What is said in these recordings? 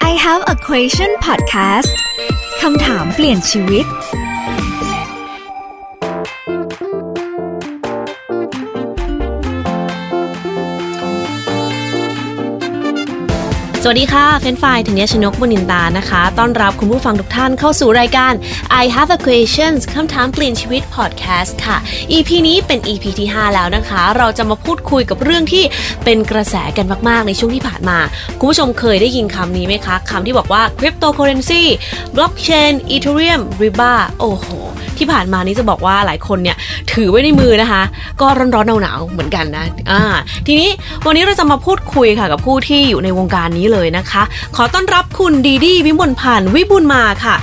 I have a question podcast คำถามเปลี่ยนชีวิต สวัสดีค่ะ เฟรนไฟล์ธัญญชนกบุญนินตานะคะ ต้อนรับคุณผู้ฟังทุกท่านเข้าสู่รายการ I Have a Questions คำถามเปลี่ยนชีวิต Podcast ค่ะ EP นี้เป็น EP ที่ 5 แล้วนะคะ เราจะมาพูดคุยกับเรื่องที่เป็นกระแสกันมาก ๆ ในช่วงที่ผ่านมา คุณผู้ชมเคยได้ยินคำนี้ไหมคะ คำที่บอกว่า Cryptocurrency Blockchain Ethereum Riba โอ้โห ที่ผ่านมานี้จะบอกว่าหลายคนเนี่ยถือไว้ในมือนะคะ ก็ร้อนๆหนาวๆเหมือนกันนะอ่าทีนี้วันนี้เราจะมาพูดคุยค่ะกับผู้ที่อยู่ในวงการนี้เลยนะคะ ขอต้อนรับคุณดีดีวิมลพันธ์วิบุญมาค่ะ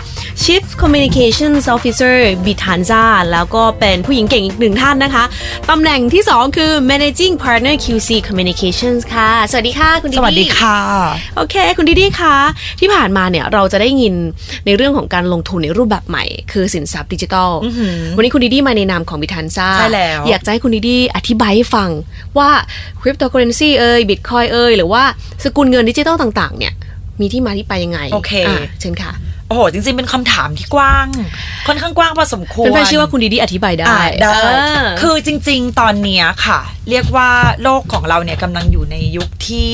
Chief Communications Officer b i t a n z a แล้วก็เป็นผู้หญิงเก่งอีกหนึ่งท่านนะคะตำแหน่งที่ 2 คือ Managing Partner QC Communications ค่ะ สวัสดีค่ะคุณดีดี สวัสดีค่ะ โอเค คุณดิดี้คะที่ผ่านมาเนี่ยเราจะได้ยินในเรื่องของการลงทุนในรูปแบบใหม่ คือสินทรัพย์ดิจิทัล อื้อหือ วันนี้คุณดิดี้มาในนามของบิทันซ่า ใช่แล้ว อยากจะให้คุณดิดี้อธิบายให้ฟังว่าคริปโตเคอเรนซีเอ่ยบิตคอยเอ่ยหรือว่าสกุลเงินดิจิทัลต่าง ๆ เนี่ย มีที่มาที่ไปยังไง โอเค ะเชิญค่ะ โอ้โห จริงๆ เป็นคำถามที่กว้าง ค่อนข้างกว้างพอสมควร เป็นแฟนๆเชื่อว่าคุณดิดี้อธิบายได้ อ่าได้ เออ คือจริงๆ ตอนเนี้ยค่ะ เรียกว่าโลกของเราเนี่ยกำลังอยู่ในยุคที่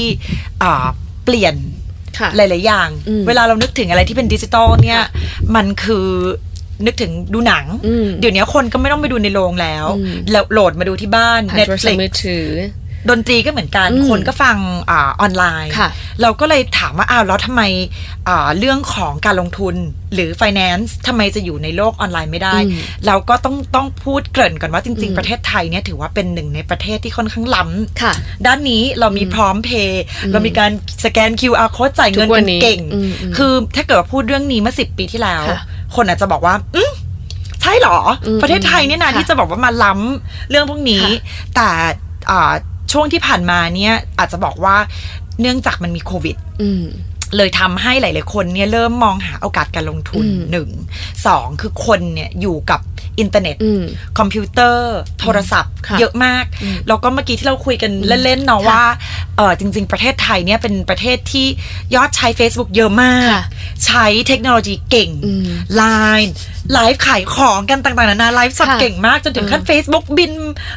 อ่าเปลี่ยน ค่ะ หลาย ๆ อย่าง อืม เวลาเรานึกถึงอะไรที่เป็นดิจิตอลเนี่ย มันคือนึกถึงดูหนัง อืม เดี๋ยวนี้คนก็ไม่ต้องไปดูในโรงแล้ว อืม แล้วโหลดมาดูที่บ้าน ผ่านโทรศัพ Netflix ท์มือถือ ดนตรีก็เหมือนกัน อืม คนก็ฟังอาออนไลน์ ค่ะ เราก็เลยถามว่าอ้าวแล้วทำไมอ่าเรื่องของการลงทุนหรือ finance ทำไมจะอยู่ในโลกออนไลน์ไม่ได้ เราก็ต้องต้องพูดเกริ่นก่อนว่าจริง ๆ ประเทศไทยเนี่ยถือว่าเป็นหนึ่งในประเทศที่ค่อนข้างล้ำ ค่ะ ด้านนี้เรามีพร้อมเพย์เรามีการสแกน QR code จ่ายเงิน ทุกวั กัน นนี้ เก่ง อืมอืม คือถ้าเกิดว่าพูดเรื่องนี้เมื่อสิปีที่แล้ว ค่ะ คนอาจจะบอกว่าอืมใช่เหรอ อืม ประเทศไทยเนี่ยนะ ค่ะ ที่จะบอกว่ามาล้ำเรื่องพวกนี้ ค่ะ แต่อ่าช่วงที่ผ่านมาเนี่ยอาจจะบอกว่าเนื่องจากมันมีโควิด เลยทำให้หลาย ๆ คนเนี่ยเริ่มมองหาโอกาสการลงทุน อืม หนึ่งสองคือคนเนี่ยอยู่กับอินเทอร์เน็ต อืม คอมพิวเตอร์โทรศัพท์ ค่ะ เยอะมาก อืม แล้วก็เมื่อกี้ที่เราคุยกันเล่น ๆ เนาะ ค่ะ ว่าเออจริง ๆ ประเทศไทยเนี่ยเป็นประเทศที่ยอดใช้ Facebook เยอะมาก ค่ะ ใช้เทคโนโลยีเก่ง อืม ไลน์ไลฟ์ขายของกันต่าง ๆ นานาไลฟ์สด ค่ะ เก่งมาก จนถึงขั้น อืม Facebook บิน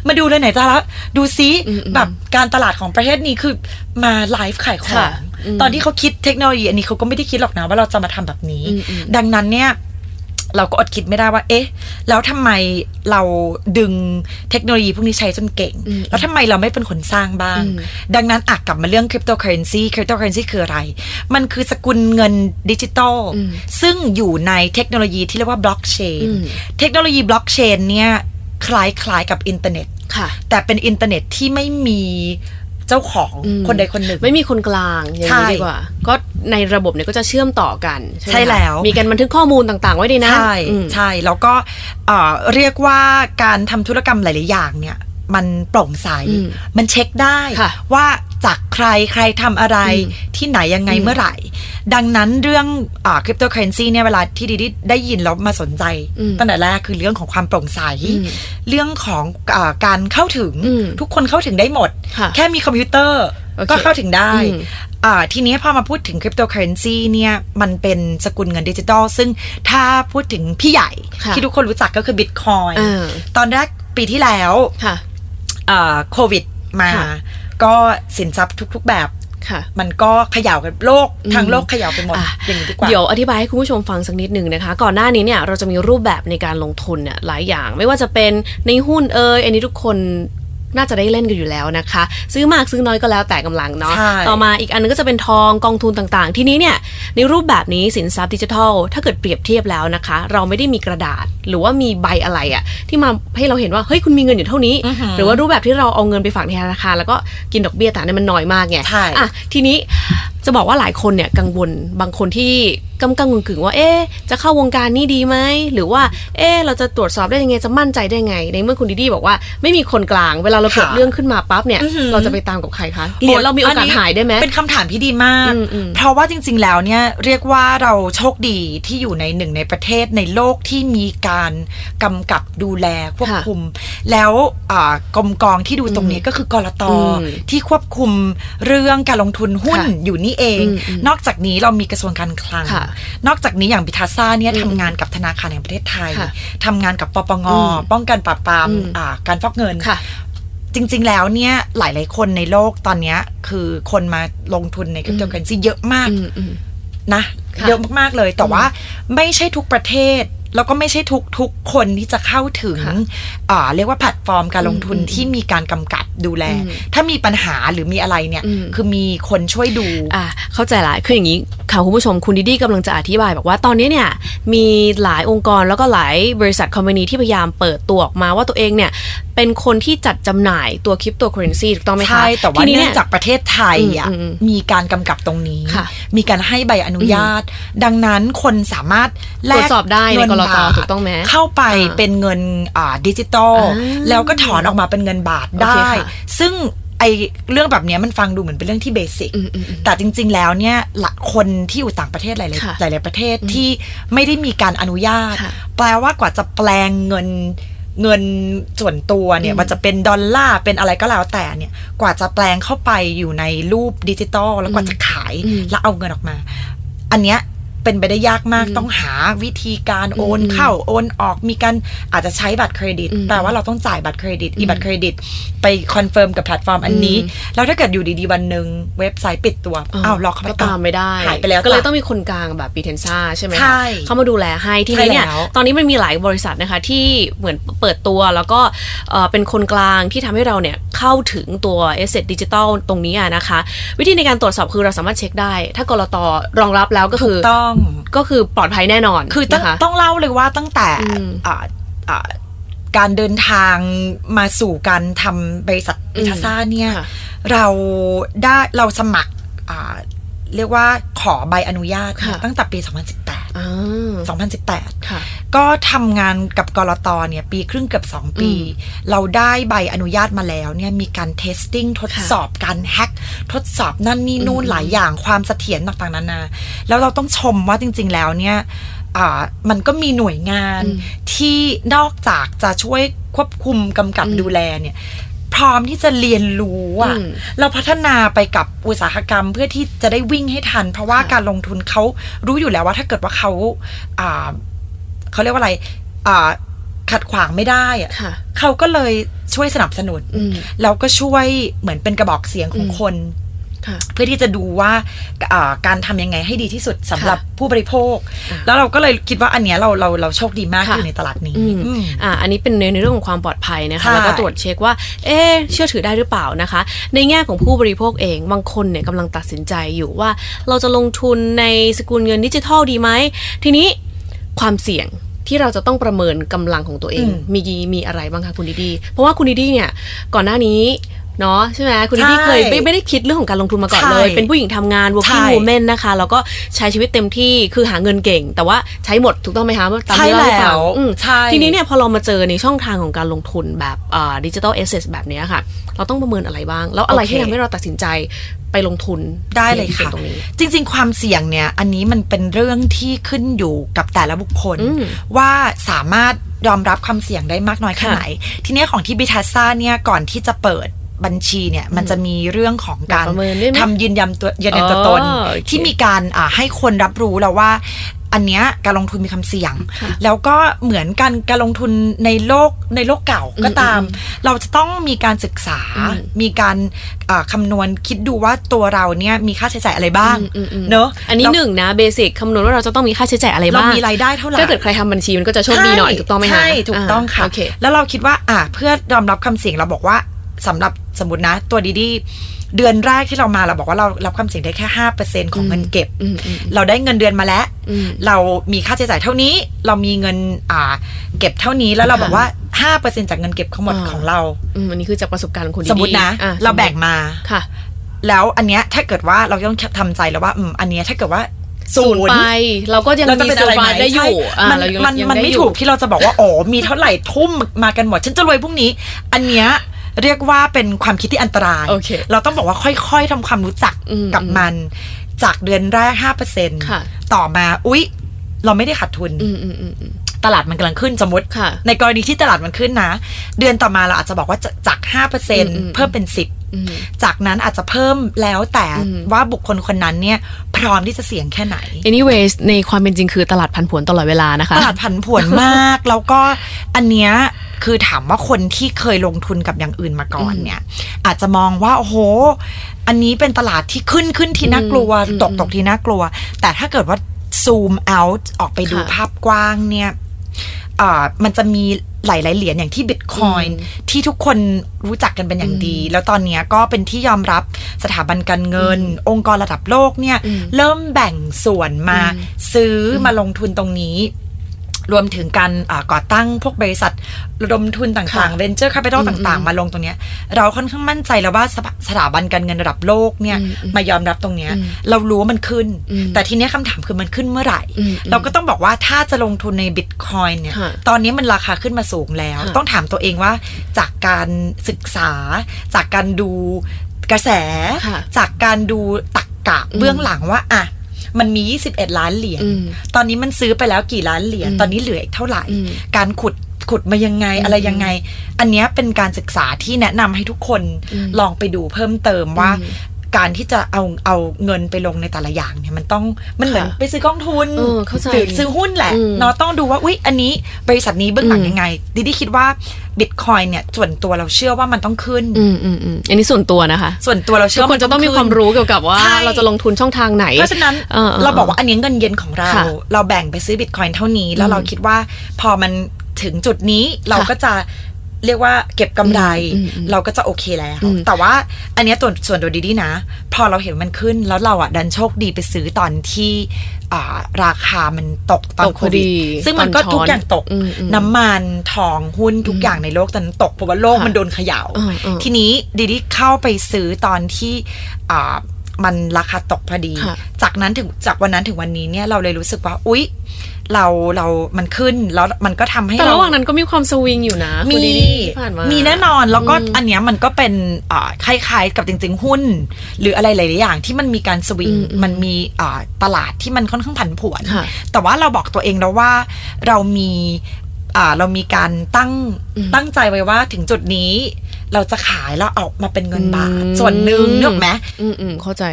มาดูเลยไหนจะแล้วดูซิ อืมๆ แบบการตลาดของประเทศนี้คือมาไลฟ์ขายขอ ค่ะ ง อืม ตอนที่เขาคิดเทคโนโลยีอันนี้เขาก็ไม่ได้คิดหรอกนะว่าเราจะมาทำแบบนี้ อืมๆ ดังนั้นเนี่ย เราก็อดคิดไม่ได้ว่า เอ๊ะ แล้วทำไมเราดึงเทคโนโลยีพวกนี้ใช้จนเก่ง อืม แล้วทำไมเราไม่เป็นคนสร้างบ้าง อืม ดังนั้นอ่ะกลับมาเรื่องคริปโตเคอเรนซีคริปโตเคอเรนซีคืออะไร มันคือสกุลเงินดิจิตอล อืม ซึ่งอยู่ในเทคโนโลยีที่เรียกว่าบล็อกเชน อืม เทคโนโลยีบล็อกเชนเนี่ยคล้ายๆกับอินเทอร์เน็ต ค่ะ แต่เป็นอินเทอร์เน็ตที่ไม่มีเจ้าของ อืม คนใดคนหนึ่ง ไม่มีคนกลางอย่าง ใช่ นี้ดีกว่า ก็ในระบบเนี่ยก็จะเชื่อมต่อกันไหมคะ ใช่แล้ว มีการบันทึกข้อมูลต่างๆ ไว้ในนั้น ใช่ อืม ใช่แล้วก็เอ่อเรียกว่าการทำธุรกรรมหลาย ๆ อย่างเนี่ย มันโปร่งใส อืม มันเช็คได้ ค่ะ ว่าจากใครใครทำอะไร อื ที่ไหนยังไง อืม เมื่อไหร่ ดังนั้นเรื่องคริปโตเคอเรนซีเนี่ยเวลาที่ดิดิได้ยินแล้วมาสนใจ อืม ตั้งแต่แรกคือเรื่องของความโปร่งใส อืม เรื่องของเออการเข้าถึง อืม ทุกคนเข้าถึงได้หมด ค่ะ แค่มีคอมพิวเตอร์ โอเค ก็เข้าถึงได้ อืม อ่าทีนี้พอมาพูดถึงคริปโตเคอเรนซีเนี่ยมันเป็นสกุลเงินดิจิตอลซึ่งถ้าพูดถึงพี่ใหญ่ ค่ะ ที่ทุกคนรู้จักก็คือบิตคอย อ่า ตอนแรกปีที่แล้ว ค่ะ อ่าโควิดมา ค่ะ ก็สินทรัพย์ทุกๆแบบ ค่ะ มันก็เขย่ากันโลก อืม ทางโลกเขย่ากันหมด อ่ะ อย่างนี้ดีกว่า เดี๋ยวอธิบายให้คุณผู้ชมฟังสักนิดหนึ่งนะคะ ก่อนหน้านี้เนี่ยเราจะมีรูปแบบในการลงทุนเนี่ยหลายอย่าง ไม่ว่าจะเป็นในหุ้นเอยอันนี้ทุกคนน่าจะได้เล่นกันอยู่แล้วนะคะ ซื้อมากซื้อน้อยก็แล้วแต่กำลังเนาะ ใช่ ต่อมาอีกอันนึงก็จะเป็นทองกองทุนต่างๆ ทีนี้เนี่ยในรูปแบบนี้สินทรัพย์ดิจิทัล ถ้าเกิดเปรียบเทียบแล้วนะคะ เราไม่ได้มีกระดาษหรือว่ามีใบอะไรอะที่มาให้เราเห็นว่าเฮ้ยคุณมีเงินอยู่เท่านี้ หรือว่ารูปแบบที่เราเอาเงินไปฝากในธนาคารแล้วก็กินดอกเบี้ยแต่อันนั้นมันน้อยมากไง ใช่ อ่ะทีนี้จะบอกว่าหลายคนเนี่ยกังวลบางคนที่ กำกังกึ่งๆว่าเอ๊ะจะเข้าวงการนี้ดีไหมหรือว่าเอ๊ะเราจะตรวจสอบได้ยังไงจะมั่นใจได้ไง ในเมื่อคุณดิดี้บอกว่าไม่มีคนกลางเวลาเราเกิด ค่ะ เรื่องขึ้นมาปั๊บเนี่ย อื้อหือ เราจะไปตามกับใครคะเหรียญเรามีโอกาสหายได้ไหม เป็นคำถามที่ดีมาก อืมอืม เพราะว่าจริง ๆ แล้วเนี่ยเรียกว่าเราโชคดีที่อยู่ในหนึ่งในประเทศในโลกที่มีการกำกับดูแลควบ ค่ะ คุม แล้วอ่ากรมกองที่ดูตรงนี้ก็คือกรต อืม ที่ควบคุมเรื่องการลงทุนหุ้น ค่ะ อยู่นี่เอง อืมอืม นอกจากนี้เรามีกระทรวงการคลัง ค่ะ นอกจากนี้อย่างบิทาซ่าเนี่ย อืม ทำงานกับธนาคารแห่งประเทศไทย ค่ะ ทำงานกับปปง อืม ป้องกันปราบปราม อืม อ่าการฟอกเงิน ค่ะ จริงๆ แล้วเนี่ยหลายๆ คนในโลกตอนเนี้ยคือคนมาลงทุนในคริปโตเคอเรนซีเยอะมาก อืมอืม นะ ค่ะ เยอะมากๆเลย แต่ว่าไม่ใช่ทุกประเทศ แล้วก็ไม่ใช่ทุกทุกคนที่จะเข้าถึง ค่ะ อ่าเรียกว่าแพลตฟอร์มการลงทุน อืมอืม ที่มีการกำกับดูแล อืม ถ้ามีปัญหาหรือมีอะไรเนี่ย อืม คือมีคนช่วยดู อ่าเข้าใจละคืออย่างนี้ค่ะคุณผู้ชมคุณดิดี้กำลังจะอธิบายบอกว่าตอนนี้เนี่ยมีหลายองค์กรแล้วก็หลายบริษัทคอมพานีที่พยายามเปิดตัวออกมาว่าตัวเองเนี่ยเป็นคนที่จัดจำหน่ายตัวคริปโตเคอเรนซีถูกต้องไหมคะ ใช่ แต่ว่า ทีนี้ เนื่ เนี่ อย งจากประเทศไทยอ่ะ อืมอืม มีการกำกับตรงนี้ ค่ะ มีการให้ใบอนุญาต ดังนั้นคนสามารถแล ตร ก วจสอบได้ในกเงิลต บาท ถูกต้องไหม เข้าไป อ่า เป็นเงินอ่าดิจิตอล อ่า แล้วก็ถอนออกมาเป็นเงินบาทได้ โอเคค่ะ ซึ่งไอเรื่องแบบเนี้ยมันฟังดูเหมือนเป็นเรื่องที่เบสิก อืมอืมอืม แต่จริง ๆ แล้วเนี่ยหละคนที่อยู่ต่างประเทศหลาย ค่ะ ๆหลายๆประเทศที่ไม่ได้มีการอนุญาต ค่ะ แปลว่ากว่าจะแปลงเงินเงินส่วนตัวเนี่ย อืม มันจะเป็นดอลลาร์เป็นอะไรก็แล้วแต่เนี่ยกว่าจะแปลงเข้าไปอยู่ในรูปดิจิตอลแล้วกว่าจะขาย อืม แล้วเอาเงินออกมา อันเนี้ยเป็นไปได้ยากมาก อืม ต้องหาวิธีการโอ อื น ม เข้าโอนออกมีการอาจจะใช้บัตรเครดิต อืม แปลว่าเราต้องจ่ายบัตรเครดิตอีบัตรเครดิต ไปคอนเฟิร์มกับแพลตฟอร์มอันนี้ อืม แล้วถ้าเกิดอยู่ดีๆวันหนึ่งเว็บไซต์ปิดตัว อ้าวล็อกเข้าไป ก็ตามไม่ได้ หายไปแล้ว ก็เลยต้อง จ้ะ มีคนกลางแบบปีเทนซ่าใช่ไหมคะ ใช่ เข้ามาดูแลให้ทีนี้เนี่ย ใช่แล้ว ตอนนี้มันมีหลายบริษัทนะคะที่เหมือนเปิดตัวแล้วก็เอ่อเป็นคนกลางที่ทำให้เราเนี่ยเข้าถึงตัว Asset Digital ตรงนี้อะนะคะ วิธีในการตรวจสอบคือเราสามารถเช็คได้ ถ้ากรตรองรับแล้วก็คือ ถูกต้อง ก็คือปลอดภัยแน่นอน คือต้อง นะคะ ต้องเล่าเลยว่าตั้งแต่ อืม อ่าอ่าการเดินทางมาสู่การทำบริษัท อืม วิทาซ่าเนี่ย ค่ะ เราได้เราสมัครอ่าเรียกว่าขอใบอนุญาต ค่ะ ตั้งแต่ปี อ่า 2018 2018 ค่ะ ก็ทำงานกับกรตเนี่ย ปีครึ่งเกือบ2 ปี อืม เราได้ใบอนุญาตมาแล้วเนี่ยมีการเทสติ้งทดสอบการแฮกทดสอบนั่นนี่นู่น อืม หลายอย่างความเสถียรต่างๆนานาแล้วเราต้องชมว่าจริง ๆ แล้วเนี่ยอ่ามันก็มีหน่วยงาน อืม ที่นอกจากจะช่วยควบคุมกำกับ อืม ดูแลเนี่ยพร้อมที่จะเรียนรู้อะ อืม เราพัฒนาไปกับอุตสาหกรรมเพื่อที่จะได้วิ่งให้ทัน เพราะว่า ค่ะ การลงทุนเขารู้อยู่แล้วว่าถ้าเกิดว่าเขาอ่า เขาเรียกว่าอะไรอ่าขัดขวางไม่ได้อะ ค่ะ เขาก็เลยช่วยสนับสนุน อืม เราก็ช่วยเหมือนเป็นกระบอกเสียงของ อืม คน ค่ะ เพื่อที่จะดูว่าอ่าการทำยังไงให้ดีที่สุดสำหรับผู้บริโภค อ่า แล้วเราก็เลยคิดว่าอันเนี้ยเราเราเราโชคดีมาก ค่ะ ที่อยู่ในตลาดนี้ อืม อืม อ่า อันนี้เป็นในเรื่องของความปลอดภัยนะ ใช่ คะ แล้วก็ตรวจเช็คว่า เอ๊ะเชื่อถือได้หรือเปล่านะคะ ในแง่ของผู้บริโภคเอง บางคนเนี่ยกำลังตัดสินใจอยู่ว่า เราจะลงทุนในสกุลเงินดิจิทัลดีไหม ทีนี้ความเสี่ยงที่เราจะต้องประเมินกำลังของตัวเอง อืม มีมีอะไรบ้างคะคุณดีดี เพราะว่าคุณดีดีเนี่ย ก่อนหน้านี้ เนาะใช่ไหมคุณดีดี ใช่ เคยไม่ไม่ได้คิดเรื่องของการลงทุนมาก่อนเลย ใช่ เป็นผู้หญิงทำงาน ใช่ working woman นะคะ แล้วก็ใช้ชีวิตเต็มที่ คือหาเงินเก่ง แต่ว่าใช้หมดถูกต้องไหมคะตาม ใช่ ที่เล่าให้ฟั แล้ ง ว อืม ใช่ ทีนี้เนี่ยพอเรามาเจอในช่องทางของการลงทุนแบบดิจิ t a ลเอเซสแบบเนี้ยค่ะ เราต้องประเมินอะไรบ้าง แล้วอะไรที่ทำให้เราตัดสินใจไปลงทุน ได้เลย ในส่วน ค่ะ ตรงนี้ จริง ๆ ความเสี่ยงเนี่ย อันนี้มันเป็นเรื่องที่ขึ้นอยู่กับแต่ละบุคคล อืม ว่าสามารถยอมรับความเสี่ยงได้มากน้อยแค่ไหน ทีเนี้ยของที่บิทัสซ่าเนี่ยก่อนที่จะเปิดบัญชีเนี่ย มันจะมีเรื่องของการ ประเมินด้วยไหม ทำยืนยันตัวยืนยันตัวตน อ๋อโอเค ที่มีการอ่าให้คนรับรู้แล้วว่า อันเนี้ยการลงทุนมีความเสี่ยง แล้วก็เหมือนกันการลงทุนในโลกในโลกเก่าก็ตาม เราจะต้องมีการศึกษา อืม มีการอ่าคำนวณคิดดูว่าตัวเราเนี่ยมีค่าใช้จ่ายอะไรบ้าง อืมอืมม เนอะ อันนี้ เรา หนึ่งนะเบสิกคำนวณว่าเราจะต้องมีค่าใช้จ่ายอะไร เรา บ้าง มีรายได้เท่าไหร่ ถ้าเกิดใครทำบัญชีมันก็จะโชคดีหน่อยถูกต้องไหมคะ ใช่ถูกต้องค่ะ าโอเค แล้วเราคิดว่าอ่ะเพื่อยอมรับความเสี่ยงเราบอกว่าสำหรับสมมตินะ ตัวดีดีเดือนแรกที่เรามาเราบอกว่าเรารับความเสี่ยงได้แค่ห้าเปอร์เซ็นของเงินเก็บ อืมอืม เราได้เงินเดือนมาแล้ว อืม เรามีค่าใช้จ่ายเท่านี้ เรามีเงินอ่าเก็บเท่านี้แล้วเรา ค่ะ บอกว่าห้าเปอร์เซ็นจากเงินเก็บทั้งหมด อ่า ของเรา อืมอันนี้คือจากประสบการณ์ของคุณ สมมตินะ ดีๆอ่ เราแบ่งมา ค่ะ แล้วอันเนี้ยถ้าเกิดว่าเราต้องทำใจแล้วว่าอืมอันเนี้ยถ้าเกิดว่า ศูนย์ไป เราก็ยัง เราจะ มี เป็น ส อะไร บา ไหม ยได้อยู่ ใช่ อ่ะ มัน เรายัง มัน ยัง มัน ด้ ไม่ อยู่ ถูกที่เราจะบอกว่า อ๋อ มีเท่าไหร่ทุ่มมากันหมด ฉันจะรวยพรุ่งนี้ อันเนี้ยเรียกว่าเป็นความคิดที่อันตราย โอเค เราต้องบอกว่าค่อยๆทำความรู้จัก อืม กับมัน จากเดือนแรกห้าเปอร์เซ็น ค่ะ ต่อมาอุ๊ย เราไม่ได้ขาดทุน อืมอืมอืมอืม ตลาดมันกำลังขึ้นสมมติ ค่ะ ในกรณีที่ตลาดมันขึ้นนะ เดือนต่อมาเราอาจจะบอกว่าจะจากห้าเปอร์เซ็น มอืม เพิ่มเป็นสิบ อืม จากนั้นอาจจะเพิ่มแล้วแต่ อืม ว่าบุคคลคนนั้นเนี่ยพร้อมที่จะเสี่ยงแค่ไหน anyways ในความเป็นจริงคือตลาดพันผวนตลอดเวลานะคะ ตลาดผันผวนมาก แล้วก็อันเนี้ยคือถามว่าคนที่เคยลงทุนกับอย่างอื่นมาก่อนเนี่ย อาจจะมองว่าโอ้โห อันนี้เป็นตลาดที่ขึ้นขึ้นที่น่ากลัว อืม ตกตกที่น่ากลัว แต่ถ้าเกิดว่าซูมเอาออกไปดู ค่ะ ภาพกว้างเนี่ยเอ่อมันจะมีหลายๆเหรียญอย่างที่บิตคอยน์ที่ทุกคนรู้จักกันเป็นอย่างดี แล้วตอนเนี้ยก็เป็นที่ยอมรับสถาบันการเงิน องค์กรระดับโลกเนี่ย อืม เริ่มแบ่งส่วนมาซื้ออมาลงทุนตรงนี้ รวมถึงการอ่าก่อตั้งพวกบริษัทระดมทุนต่างๆ ค่ะ venture capital ต่างๆ มาลงตรงเนี้ย เราค่อนข้างมั่นใจแล้วว่าสถาสถาบันการเงินระดับโลกเนี่ยมายอมรับตรงเนี้ย เรารู้ว่ามันขึ้น อืม แต่ทีเนี้ยคำถามคือมันขึ้นเมื่อไหร่ อืม เราก็ต้องบอกว่าถ้าจะลงทุนในบิตคอยเนี่ย ค่ะ ตอนนี้มันราคาขึ้นมาสูงแล้ว ค่ะ ต้องถามตัวเองว่าจากการศึกษา จากการดูกระแส ค่ะ จากการดูตักกะ อืม เบื้องหลังว่าอ่ะมันมี 21 ล้านเหรียญ อืม ตอนนี้มันซื้อไปแล้วกี่ล้านเหรียญ อืม ตอนนี้เหลืออีกเท่าไหร่ อืม การขุดขุดมายังไงอะไรยังไง อันเนี้ยเป็นการศึกษาที่แนะนำให้ทุกคน อืม ลองไปดูเพิ่มเติมว่า อืม การที่จะเอาเอาเงินไปลงในแต่ละอย่างเนี่ยมันต้องมันเหมือน ค่ะ ไปซื้อกองทุน เออเข้าใจ หรือซื้อหุ้นแหละ อืม เนาะต้องดูว่าอุ๊ยอันนี้บริษัทนี้เบื้องหลัง อืม ยังไงดิดี้คิดว่าบิตคอยเนี่ยส่วนตัวเราเชื่อว่ามันต้องขึ้น อืมอืมอืมอันนี้ส่วนตัวนะคะ ส่วนตัวเรา ทุ เชื่ ก อว่า คนจะต้องมีความ นขึ้น รู้เกี่ยวกับว่า ใช่ เราจะลงทุนช่องทางไหน เพราะฉะนั้น เออเออ เราบอกว่าอันนี้เงินเย็นของเรา ค่ะ เราแบ่งไปซื้อบิตคอยน์เท่านี้ แล้วเราคิดว่าพอมันถึงจุดนี้เราก็จะเรียกว่าเก็บกำไร อืมอืม เราก็จะโอเคแล้ว อืม แต่ว่าอันเนี้ยตัวส่วนตัวดีๆนะ พอเราเห็นมันขึ้นแล้วเราอ่ะดันโชคดีไปซื้อตอนที่อ่าราคามันตกตอน ตก โค พอดี วิดซึ่งมัน ต ก็ อนช้อน ทุกอย่างตก อืมอืม น้ำมันทองหุ้นทุกอย่างในโลกตอนนั้นตกเพราะว่าโลก ค่ะ มันโดนเขย่า เออเออ ทีนี้ดิดี้เข้าไปซื้อตอนที่อ่ามันราคาตกพอดี ค่ะ จากนั้นถึงจากวันนั้นถึงวันนี้เนี่ยเราเลยรู้สึกว่า อุ๊ย เราเรามันขึ้นแล้วมันก็ทำให้ แต่ เ ระหว่างนั้นก็มีความสวิงอยู่นะ มี คุณดีดีที่ผ่านมา มีแน่นอนแล้วก็ อืม อันเนี้ยมันก็เป็นอ่าคล้ายๆกับจริง ๆ หุ้น หรืออะไรหลายๆอย่างที่มันมีการสวิง อืมอืม มันมีอ่าตลาดที่มันค่อนข้างผันผวน ค่ะ แต่ว่าเราบอกตัวเองแล้วว่าเรามีอ่าเรามีการตั้ง อืม ตั้งใจไว้ว่าถึงจุดนี้ เราจะขายแล้วเอามาเป็นเงินบาท อืม ส่วนหนึ่งเนกออกไหม อืมอืมเข้าใจ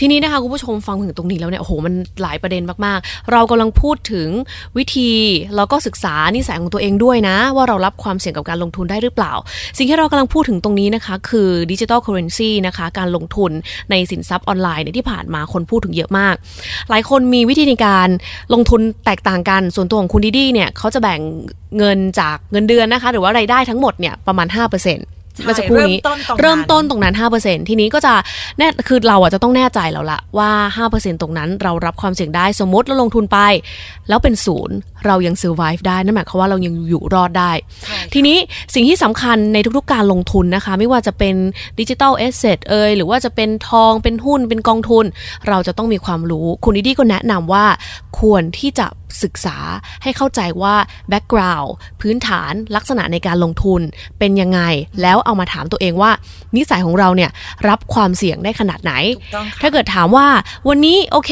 ทีนี้นะคะคุณผู้ชมฟังถึงตรงนี้แล้วเนี่ยโอ้โหมันหลายประเด็นมากๆ เรากำลังพูดถึงวิธีแล้วก็ศึกษานิสัยของตัวเองด้วยนะ ว่าเรารับความเสี่ยงกับการลงทุนได้หรือเปล่า สิ่งที่เรากำลังพูดถึงตรงนี้นะคะคือดิจิทัลเคอเรนซีนะคะการลงทุนในสินทรัพย์ออนไลน์เนี่ยที่ผ่านมาคนพูดถึงเยอะมาก หลายคนมีวิธีในการลงทุนแตกต่างกัน ส่วนตัวของคุณดีดีเนี่ยเขาจะแบ่งเงินจากเงินเดือนนะคะ หรือว่ารายได้ทั้งหมดเนี่ยประมาณ 5%เมื่อสักครู่นี้ เริ่มต้นตรงนั้น เริ่มต้น ตรงนั้น 5%ทีนี้ก็จะแน่คือเราอ่ะจะต้องแน่ใจแล้วละว่า 5%ตรงนั้นเรารับความเสี่ยงได้สมมติเราลงทุนไป แล้วเป็นศูนย์เรายัง survive ได้ นั่นหมายความว่าเรายังอยู่รอดได้ ใช่ค่ะ ทีนี้สิ่งที่สำคัญในทุกๆการลงทุนนะคะ ไม่ว่าจะเป็นดิจิทัลเอสเซทเอยหรือว่าจะเป็นทองเป็นหุ้นเป็นกองทุน เราจะต้องมีความรู้ คุณดิดี้ก็แนะนำว่าควรที่จะศึกษาให้เข้าใจว่าแบ็กกราว n ์พื้นฐานลักษณะในการลงทุนเป็นยังไง แล้วเอามาถามตัวเองว่า นิสัยของเราเนี่ยรับความเสี่ยงได้ขนาดไหน ถูกต้องค่ะ ถ้าเกิดถามว่าวันนี้โอเค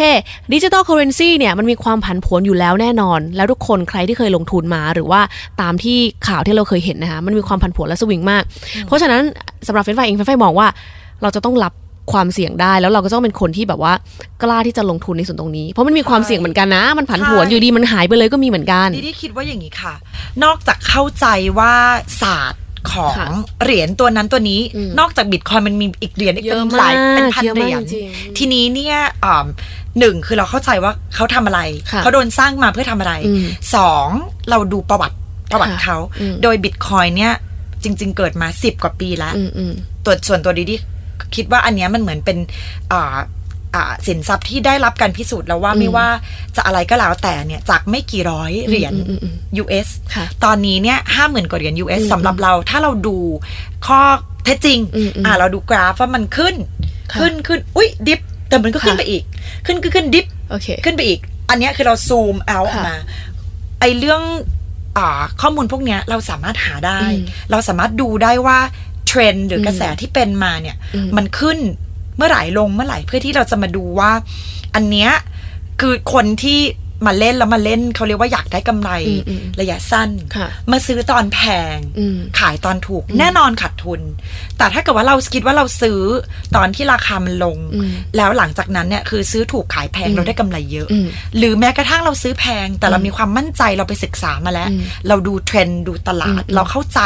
ดิจิ t a ลเคอเรนซีเนี่ยมันมีความผันผวนอยู่แล้วแน่นอน แล้วทุกคนใครที่เคยลงทุนมาหรือว่าตามที่ข่าวที่เราเคยเห็นนะคะมันมีความผันผวนและสวิงมาก เพราะฉะนั้นสำหรับเฟนไฟเองเฟนไฟมองว่า เราจะต้องรับความเสี่ยงได้ แล้วเราก็ต้องเป็นคนที่แบบว่ากล้าที่จะลงทุนในส่วนตรงนี้ เพราะมันมีความเสี่ยงเหมือนกันนะ มันผันผวน ใช่ อยู่ดีมันหายไปเลยก็มีเหมือนกัน ดิดี้คิดว่าอย่างนี้ค่ะ นอกจากเข้าใจว่าศาสตร์ของ ค่ะ เหรียญตัวนั้นตัวนี้ อืม นอกจากบิตคอยน์มันมีอีกเหรียญอีกเป็น เยอะมาก หลายเป็นพัน เยอะ เห มาก รียญ จริง ทีนี้เนี่ยอ่าหนึ่งคือเราเข้าใจว่าเขาทำอะไร ค่ะ เขาโดนสร้างมาเพื่อทำอะไร อืม สองเราดูประวัติประวัติ ค่ะ เขา อืม โดยบิตคอยน์เนี่ยจริง ๆ เกิดมา 10 กว่าปีแล้ว อืมอืม ตัวส่วนตัวดีดีคิดว่าอันเนี้ยมันเหมือนเป็นอ่าอ่าสินทรัพย์ที่ได้รับการพิสูจน์แล้วว่า อืม ไม่ว่าจะอะไรก็แล้วแต่เนี่ยจากไม่กี่ร้อยเหรียญ อืมอืมอืม US ค่ะ ตอนนี้เนี่ยห้าหมื่นกว่าเหรียญ US สำหรับเราถ้าเราดูข้อเท็จจริง อืมอืม เราดูกราฟว่ามันขึ้น ค่ะ ขึ้นขึ้น อุ๊ย ดิฟแต่มันก็ขึ้น ค่ะ ไปอีก ขึ้นขึ้นขึ้นดิฟ โอเค ขึ้นไปอีก อันเนี้ยคือเราซูมเอาออกมา ไอเรื่องอ่าข้อมูลพวกเนี้ยเราสามารถหาได้ อืม เราสามารถดูได้ว่าเทรนด์หรืออ ม กระแสที่เป็นมาเนี่ย อืม มันขึ้นเมื่อไหร่ลงเมื่อไหร่เพื่อที่เราจะมาดูว่า อันเนี้ยคือคนที่มาเล่นแล้วมาเล่นเขาเรียกว่าอยากได้กำไร อืมอืม ระยะสั้น ค่ะ มาซื้อตอนแพง อืม ขายตอนถูกแน่นอนขาดทุน แต่ถ้าเกิดว่าเราคิดว่าเราซื้อตอนที่ราคามันลง อืม แล้วหลังจากนั้นเนี่ยคือซื้อถูกขายแพง อืม เราได้กำไรเยอะ อืม หรือแม้กระทั่งเราซื้อแพง แต่เรา อืม มีความมั่นใจเราไปศึกษามาแล้ว อืม เราดูเทรนด์ดูตลาด อืม เราเข้าใจ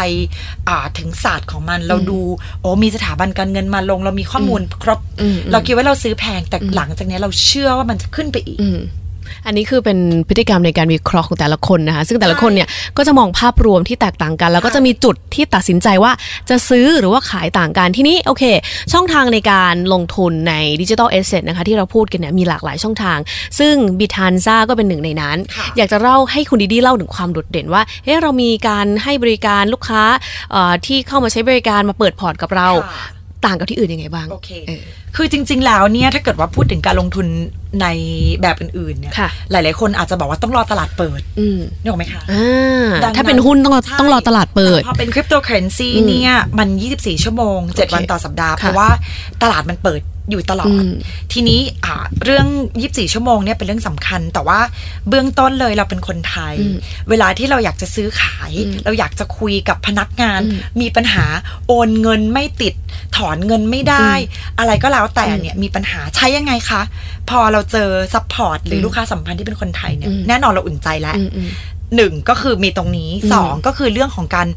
อ่าถึงศาสตร์ของมัน เราดูโอ้มีสถาบันการเงินมาลง เรามีข้อมูลครบ อืม เราคิดว่าเราซื้อแพงแต่หลังจากเนี้ยเราเชื่อว่ามันจะขึ้นไปอีก อืมอันนี้คือเป็นพฤติกรรมในการวิเคราะห์ของแต่ละคนนะคะ ซึ่งแต่ละคนเนี่ยก็จะมองภาพรวมที่แตกต่างกัน แล้วก็จะมีจุดที่ตัดสินใจว่าจะซื้อหรือว่าขายต่างกันที่นี้โอเค ช่องทางในการลงทุนในดิจิทัลเอเซทนะคะที่เราพูดกันเนี่ยมีหลากหลายช่องทาง ซึ่งบิทานซ่าก็เป็นหนึ่งในนั้น ค่ะ อยากจะเล่าให้คุณดีดีเล่าถึงความโดดเด่นว่าเฮ้เรามีการให้บริการลูกค้าเอ่อที่เข้ามาใช้บริการมาเปิดพอร์ตกับเรา ค่ะ ต่างกับที่อื่นยังไงบ้าง โอเค เออ คือจริง ๆ แล้วเนี่ยถ้าเกิดว่าพูดถึงการลงทุนในแบบอื่นๆเนี่ย ค่ะ หลาย ๆ คนอาจจะบอกว่าต้องรอตลาดเปิด อืม นึกออกไหมคะ อ่า ดัง ถ้าเป็นหุ้นต้องรอ ใช่ ต้องรอตลาดเปิด แต่พอเป็นคริปโตเคอเรนซี อืม เนี่ย มัน 24 ชั่วโมง 7 วันต่อสัปดาห์ ค่ะ เพราะว่าตลาดมันเปิดอยู่ตลอ อื ด ม ทีนี้อ่าเรื่อง 24 ชั่วโมงเนี่ยเป็นเรื่องสำคัญ แต่ว่าเบื้องต้นเลยเราเป็นคนไทย อืม เวลาที่เราอยากจะซื้อขาย อืม เราอยากจะคุยกับพนักงาน อืม มีปัญหาโอนเงินไม่ติดถอนเงินไม่ได้ อะไรก็แล้วแต่เนี่ยมีปัญหาใช้ยังไงคะ พอเราเจอซัพพอร์ตหรืออ ม ลูกค้าสัมพันธ์ที่เป็นคนไทยเนี่ย อืม แน่นอนเราอุ่นใจแล้ว อืมอืม หนึ่งก็คือมีตรงนี้ อืม สองก็คือเรื่องของการ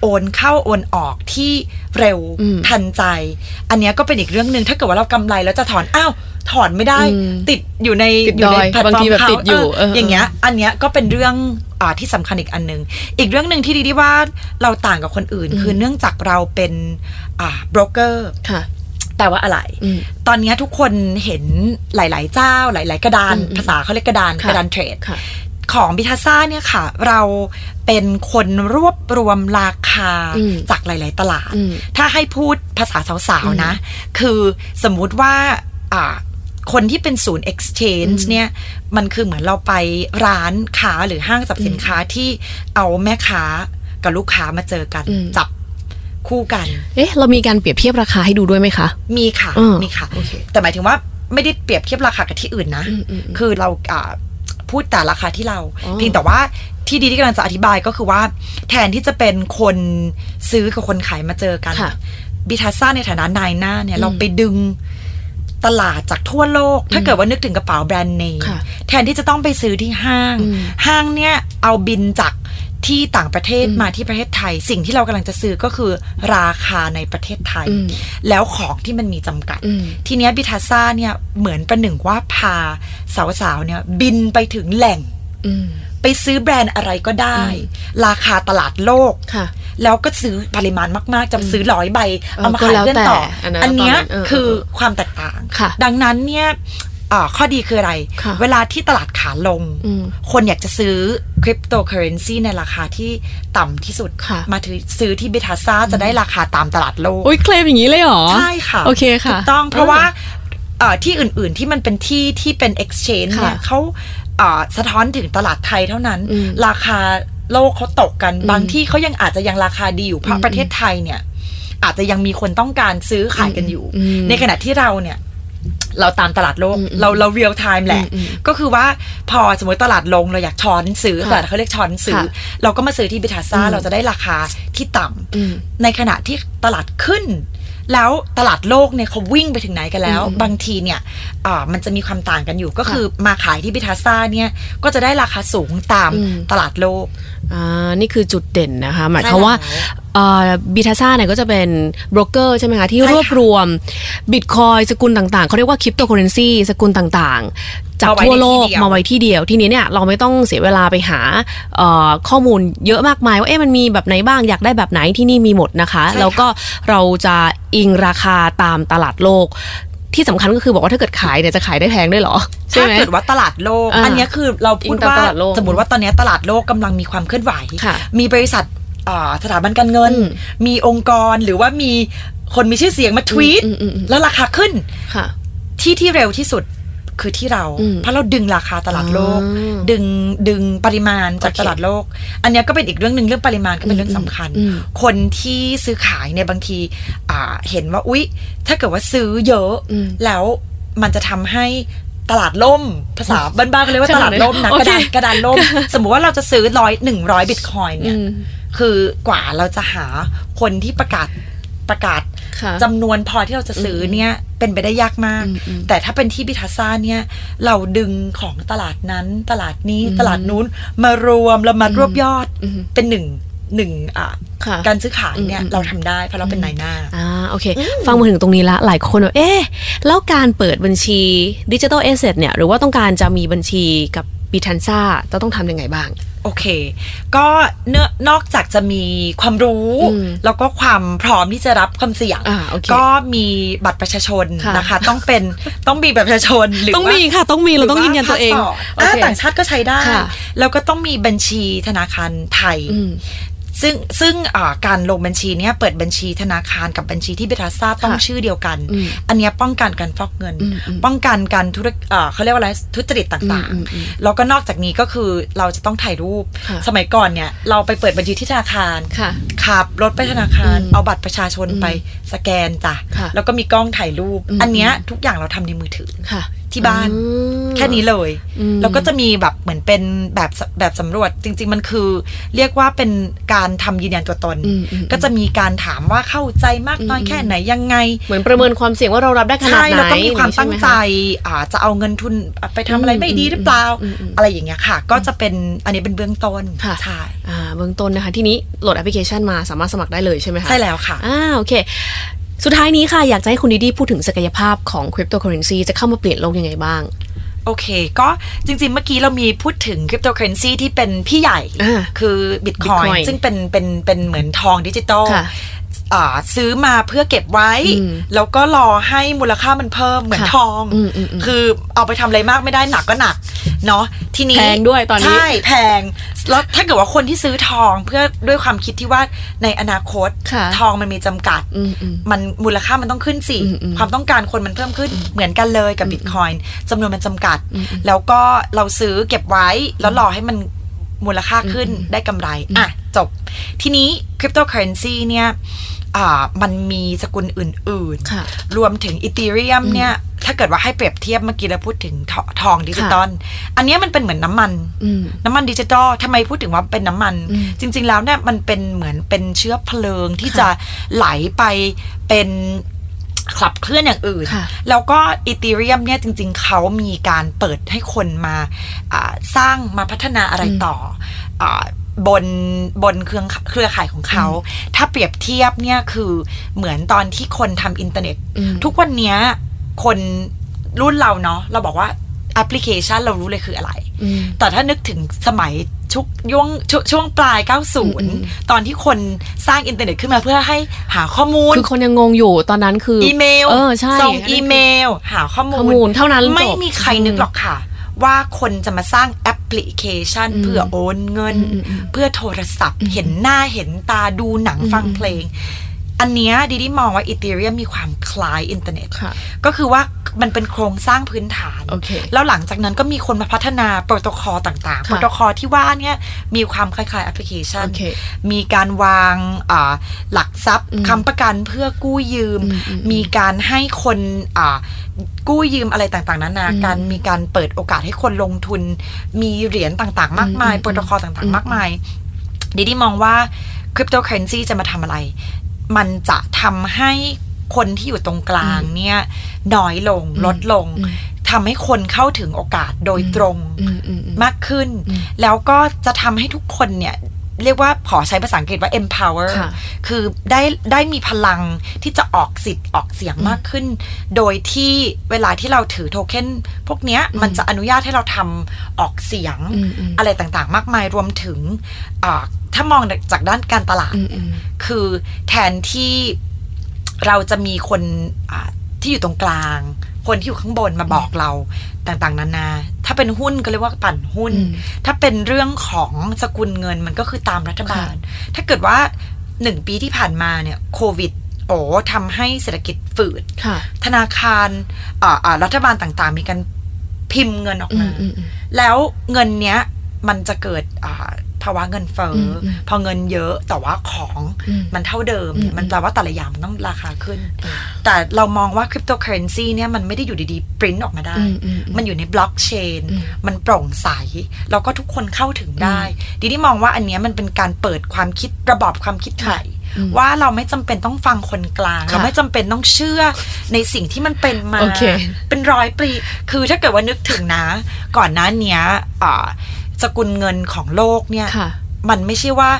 โอนเข้าโอนออกที่เร็ว อืม ทันใจ อันเนี้ยก็เป็นอีกเรื่องหนึ่งถ้าเกิดว่าเรากำไรแล้วจะถอนอ้าวถอนไม่ได้ อืม ติดอยู่ใน ติด ยู่ดในอย แพลต บาง ฟอร์ ที ม แบบ เขา ติดอยู่ เออ เออ อย่างเงี้ยอันเนี้ยก็เป็นเรื่องอ่าที่สำคัญอีกอันหนึ่งอีกเรื่องหนึ่งที่ดีที่ว่าเราต่างกับคนอื่น คือเนื่องจากเราเป็นอ่าโบรกเกอร์ ค่ะ แต่ว่าอะไร อืม ตอนเนี้ยทุกคนเห็นหลาย ๆ เจ้าหลาย ๆ กระดาน อืมอืม ภาษาเขาเรียกกระดาน ค่ะ กระดานเทรด ค่ะ ของบิทาซ่าเนี่ยค่ะ เราเป็นคนรวบรวมราคา อืม จากหลาย ๆ ตลาด อืม ถ้าให้พูดภาษาสาว ๆ นะ คือสมมุติว่าอ่า คนที่เป็นศูนย์ exchange เนี่ย มันคือเหมือนเราไปร้านค้าหรือห้างสรรพสินค้าที่เอาแม่ค้ากับลูกค้ามาเจอกัน อืม จับคู่กัน เอ๊ะ เรามีการเปรียบเทียบราคาให้ดูด้วยไหมคะ มีค่ะ อืม มีค่ะ โอเค แต่หมายถึงว่าไม่ได้เปรียบเทียบราคากับที่อื่นนะ อืมอืมอืม คือเราอ่าพูดแต่ราคาที่เรา อ๋อ เพียงแต่ว่าที่ดีที่กำลังจะอธิบายก็คือว่าแทนที่จะเป็นคนซื้อกับคนขายมาเจอกัน ค่ะ บิทาซ่าในฐานะนายหน้าเนี่ย อืม เราไปดึงตลาดจากทั่วโลก ถ้าเกิดว่านึกถึงกระเป๋าแบรนด์เนม ค่ะ แทนที่จะต้องไปซื้อที่ห้าง อืม ห้างเนี่ยเอาบินจากที่ต่างประเทศ อืม มาที่ประเทศไทย สิ่งที่เรากำลังจะซื้อก็คือราคาในประเทศไทย อืม แล้วของที่มันมีจำกัด อืม ทีเนี้ยบิทาซ่าเนี่ยเหมือนประหนึ่งว่าพาสาวๆเนี่ยบินไปถึงแหล่ง อืม ไปซื้อแบรนด์อะไรก็ได้ ราคาตลาดโลก ค่ะ แล้วก็ซื้อปริมาณมากๆ จะซื้อร้อยใบ เอามา ก็ ขาย แล้ว เพื่อนต่อ แต่อันนั้น อันเนี้ย ตอนนั้นเออ คือความแตกต่าง ค่ะ ดังนั้นเนี่ยเอ่อข้อดีคืออะไร ค่ะ เวลาที่ตลาดขาลง อืม คนอยากจะซื้อคริปโตเคอเรนซีในราคาที่ต่ำที่สุด ค่ะ มาถือซื้อที่บิทาซ่าจะได้ราคาตามตลาดโลก อุ้ยเคลมอย่างนี้เลยเหรอ ใช่ค่ะ โอเคค่ะ ถูกต้องเพราะ เออ ว่าเอ่อที่อื่นๆที่มันเป็นที่ที่เป็น exchange ค่ะ เนี่ยเขาเอ่อสะท้อนถึงตลาดไทยเท่านั้น อืม ราคาโลกเขาตกกัน บางที่เขายังอาจจะยังราคาดีอยู่เพราะประเทศไทยเนี่ย อาจจะยังมีคนต้องการซื้อขายกันอยู่ อืม ในขณะที่เราเนี่ย เราตามตลาดโลก อืม เราเราเรียลไทม์แหละ อืม ก็คือว่าพอสมมติตลาดลงเราอยากช้อนซื้อ ค่ะ ตลาดเขาเรียกช้อนซื้อ ค่ะ เราก็มาซื้อที่บิทาซ่า อืม เราจะได้ราคาที่ต่ำ อืม ในขณะที่ตลาดขึ้น แล้วตลาดโลกเนี่ยเขาวิ่งไปถึงไหนกันแล้ว อืม บางทีเนี่ยอ่ามันจะมีความต่างกันอยู่ ก็คือมาขายที่บิทาซ่าเนี่ยก็จะได้ราคาสูงตาม อืม ตลาดโลก อ่า นี่คือจุดเด่นนะคะ หมายความว่า ใช่แล้ว บิทาซ่าเนี่ยก็จะเป็นโบรกเกอร์ใช่ไหมคะ ที่ ใช่ค่ะ รวบรวมบิตคอยสกุลต่างๆ เขาเรียกว่าคริปโตเคอเรนซีสกุลต่างๆ จาก มาไว้ ทั่วโลก ในที่เดียว มาไว้ที่เดียว ทีนี้เนี่ยเราไม่ต้องเสียเวลาไปหาเอ่อข้อมูลเยอะมากมายว่าเอ๊ะมันมีแบบไหนบ้างอยากได้แบบไหนที่นี่มีหมดนะคะ ใช่ค่ะ แล้วก็เราจะอิงราคาตามตลาดโลก ที่สำคัญก็คือบอกว่าถ้าเกิดขายเนี่ยจะขายได้แพงด้วยเหรอใช่ ถ้า ไหม เกิดว่าตลาดโลก อ่า อันเนี้ยคือเราพูดว่า อิงตามตลาดโลก สมมติว่าตอนเนี้ยตลาดโลกกำลังมีความเคลื่อนไหว ค่ะ มีบริษัทอ่าสถาบันการเงิน อืม มีองค์กรหรือว่ามีคนมีชื่อเสียงมาทวีต อืมอืมอืม แล้วราคาขึ้น ค่ะ ที่ที่เร็วที่สุด คือที่เรา อืม เพราะเราดึงราคาตลาดโลก อ๋อ ดึงดึงปริมาณจาก โอเค ตลาดโลก อันเนี้ยก็เป็นอีกเรื่องหนึ่งเรื่องปริมาณก็เป็นเรื่องสำคัญ อืมอืม คนที่ซื้อขายเนี่ยบางทีอ่าเห็นว่าอุ๊ย ถ้าเกิดว่าซื้อเยอะ อืม แล้วมันจะทำให้ตลาดล่มภาษาบ้านๆเขาเรียกว่าตลาดล่มนะ โอก ระ เค ดานกระดานล่ม สมมุติว่าเราจะซื้อร้อยหนึ่งร้อยบิตคอยเนี่ย อืม คือกว่าเราจะหาคนที่ประกาศประกาศ ค่ะ จำนวนพอที่เราจะซื้อเนี่ยเป็นไปได้ยากมาก อืมอืม แต่ถ้าเป็นที่บิทาซ่าเนี่ยเราดึงของตลาดนั้น ตลาดนี้ตลาดนู้นมารวมแล้วมารวบยอด อืม เป็นหนึ่งหนึ่งอ่ะ ค่ะ การซื้อขายเนี่ย อืมอืม เราทำได้เพราะเราเป็นนายหน้า อ่าโอเค ฟังมาถึงตรงนี้ละหลายคนแบบเอ๊ะ แล้วการเปิดบัญชีดิจิ t a ลเอเซเนี่ย หรือว่าต้องการจะมีบัญชีกับบีทันซ่าจะต้องทำยังไงบ้าง โอเค ก็เนื้อนอกจากจะมีความรู้ อืม แล้วก็ความพร้อมที่จะรับความเสี่ยง อ่าโอเค ก็มีบัตรประชาชน ค่ะ นะคะ ต้องเป็นต้องมีบัตรประชาชนหรือ ต้อง ว่า มีค่ะ ต้องมีเราต้องยืนยันตัวเอง หรืโอว่าเค passport าต่างชาติก็ใช้ได้ ค่ะ แล้วก็ต้องมีบัญชีธนาคารไทย อืม ซึ่งซึ่งอ่าการลงบัญชีเนี้ยเปิดบัญชีธนาคารกับบัญชีที่เบทาซ่าต้อง ค่ะ ชื่อเดียวกัน อืม อันเนี้ยป้องกันการฟอกเงิน อืมอืม ป้องกันการธุรอ่าเขาเรียกว่าอะไรทุจริตต่าง อืมอืมอืม ๆ แล้วก็นอกจากนี้ก็คือเราจะต้องถ่ายรูป ค่ะ สมัยก่อนเนี่ยเราไปเปิดบัญชีที่ธนาคาร ค่ะ ขับรถไปธนาคาร อืม เอาบัตรประชาชนไปสแกนจ้ะ ค่ะ แล้วก็มีกล้องถ่ายรูป อืม อันเนี้ยทุกอย่างเราทำในมือถือ ค่ะ ที่บ้าน อืม แค่นี้เลย อืม แล้วก็จะมีแบบเหมือนเป็นแบบสแบบสำรวจจริง ๆ มันคือ เรียกว่าเป็นการทำยืนยันตัวตน อืมอืม ก็จะมีการถามว่าเข้าใจมากน้อยแค่ไหนยังไง เหมือนประเมินความเสี่ยงว่าเรารับได้ขนาด ใช่ ไหน แล้วก็มีความตั้งใจ ใช่ไหมคะ อ่าจะเอาเงินทุนไปทำอะไรไม่ดีหรือเปล่า อะไรอย่างเงี้ยค่ะ ก็จะเป็นอันนี้เป็นเบื้องต้น ค่ะ ใช่ อ่าเบื้องต้นนะคะ ที่นี้โหลดแอปพลิเคชันมาสามารถสมัครได้เลยใช่ไหมคะ ใช่แล้วค่ะ อ่าโอเค สุดท้ายนี้ค่ะ อยากจะให้คุณดีดีพูดถึงศักยภาพของคริปโตเคอเรนซีจะเข้ามาเปลี่ยนโลกยังไงบ้าง โอเค ก็จริงๆ เมื่อกี้เรามีพูดถึงคริปโตเคอเรนซีที่เป็นพี่ใหญ่ อ่า คือบิตคอย Bitcoin ซึ่งเป็นเป็นเป็นเหมือนทองดิจิตอล ค่ะ อ่าซื้อมาเพื่อเก็บไว้ อืม แล้วก็รอให้มูลค่ามันเพิ่มเหมือน ค่ะ ทอง อืมอืมอืม คือเอาไปทำอะไรมากไม่ได้หนักก็หนัก เนาะทีนี้ แพงด้วยตอนนี้ ใช่ แพง แล้วถ้าเกิดว่าคนที่ซื้อทองเพื่อด้วยความคิดที่ว่าในอนาคต ค่ะ ทองมันมีจำกัด อืมอืม มันมูลค่ามันต้องขึ้นสิ อืมอืม ความต้องการคนมันเพิ่มขึ้นเหมือนกันเลยกับบิตคอยน์จำนวนมันจำกัด แล้วก็เราซื้อเก็บไว้แล้วรอให้มันมูลค่าขึ้นได้กำไร อ่ะ จบ ทีนี้คริปโตเคอเรนซีเนี่ยอ่ามันมีสกุลอื่น ค่ะ ๆ รวมถึงอีเทเรียมเนี่ย ถ้าเกิดว่าให้เปรียบเทียบเมื่อกี้เราพูดถึงทอทองดิจิตอลอันเนี้ยมันเป็นเหมือนน้ำมัน อืม น้ำมันดิจิตอลทำไมพูดถึงว่าเป็นน้ำมัน จริง ๆ แล้วเนี่ยมันเป็นเหมือนเป็นเชื้อเพลิงที่จะไหลไปเป็นขับเคลื่อนอย่างอื่น ค่ะ แล้วก็อีเทเรียมเนี่ยจริง ๆ เขามีการเปิดให้คนมาอ่าสร้างมาพัฒนาอะไรต่ออาบนบนเครือเครือข่ายของเขา ถ้าเปรียบเทียบเนี่ยคือเหมือนตอนที่คนทำอินเทอร์เน็ต อืม ทุกวันเนี้ยคนรุ่นเราเนาะเราบอกว่าแอปพลิเคชันเรารู้เลยคืออะไร อืม แต่ถ้านึกถึงสมัยชุกย่วงชวงช่วงปลาย 90 ตอนที่คนสร้างอินเทอร์เน็ตขึ้นมาเพื่อให้หาข้อมูล คือคนยังงงอยู่ตอนนั้นคือ อี อี เมล เออใช่ ส่ง อันนั้นคือ อีเมล หาข้อมูล ข้อมูลเท่านั้นจบ ไม่มีใครนึกหรอกค่ะ ว่าคนจะมาสร้างแอปพลิเคชัน เพื่อโอนเงิน เพื่อโทรศัพท์ เห็นหน้าเห็นตาดูหนังฟังเพลง อันเนี้ยดิดิมองว่าอีเทเรียมมีความคล้ายอินเทอร์เน็ต ค่ะ ก็คือว่ามันเป็นโครงสร้างพื้นฐาน โอเค แล้วหลังจากนั้นก็มีคนมาพัฒนาโปรโตคอลต่างๆ ค่ะ โปรโตคอลที่ว่าเนี่ยมีความคล้ายๆแอปพลิเคชัน โอเค มีการวางอ่าหลักทรัพย์ค้ำประกันเพื่อกู้ยืม มีการให้คนอ่ากู้ยืมอะไรต่างๆนานาการมีการเปิดโอกาสให้คนลงทุน มีเหรียญต่างๆ มากมาย โปรโตคอลต่างๆ มากมาย ดิดี้มองว่าคริปโตเคอเรนซีจะมาทำอะไร มันจะทำให้คนที่อยู่ตรงกลางเนี่ยน้อยลงลดลงทำให้คนเข้าถึงโอกาสโดยตรง อืมอืมอืม มากขึ้น แล้วก็จะทำให้ทุกคนเนี่ย เรียกว่าขอใช้ภาษาอังกฤษว่า empower ค่ะ คือได้ได้มีพลังที่จะออกสิทธิ์ออกเสียงมากขึ้น โดยที่เวลาที่เราถือโทเค็นพวกเนี้ยมันจะอนุญาตให้เราทำออกเสียง อืมอืม อะไรต่างๆ มากมายรวมถึงอ่าถ้ามองจากด้านการตลาด อืมอืม คือแทนที่เราจะมีคนอ่าที่อยู่ตรงกลาง คนที่อยู่ข้างบนมาบอกเราต่างๆ นานา ถ้าเป็นหุ้นก็เรียกว่าปั่นหุ้น อืม ถ้าเป็นเรื่องของสกุลเงินมันก็คือตามรัฐบาล ถ้าเกิดว่าหนึ่งปีที่ผ่านมาเนี่ยโควิด โอ้ทำให้เศรษฐกิจฝืด ค่ะ ธนาคารเอ่อเอ่อรัฐบาลต่างๆ มีการ พิมพ์เงินออก อื มา มอืมอืม แล้วเงินเนี้ยมันจะเกิดอ่าภาวะเงินเฟ้อมอพอเงินเยอะแต่ว่าของ อืม มันเท่าเดิมเนี่ย อืม มันแปลว่าแต่ละอย่างมันต้องราคาขึ้น แต่เรามองว่าคริปโตเคอเรนซีเนี่ยมันไม่ได้อยู่ดีๆปริ้นออกมาได้ อืมอืมอืม มันอยู่ในบล็อกเชน อืม มันโปร่งใส แล้วก็ทุกคนเข้าถึงได้ ดินี่มองว่าอันเนี้ยมันเป็นการเปิดความคิดระบอบความคิดใหม่ อืม ว่าเราไม่จำเป็นต้องฟังคนกลาง ค่ะ เราไม่จำเป็นต้องเชื่อในสิ่งที่มันเป็นมา โอเค เป็นร้อยปี คือถ้าเกิดว่านึกถึงนะ ก่อนหน้าเนี้ยอ่าสกุลเงินของโลกเนี่ย ค่ะ มันไม่ใช่ว่า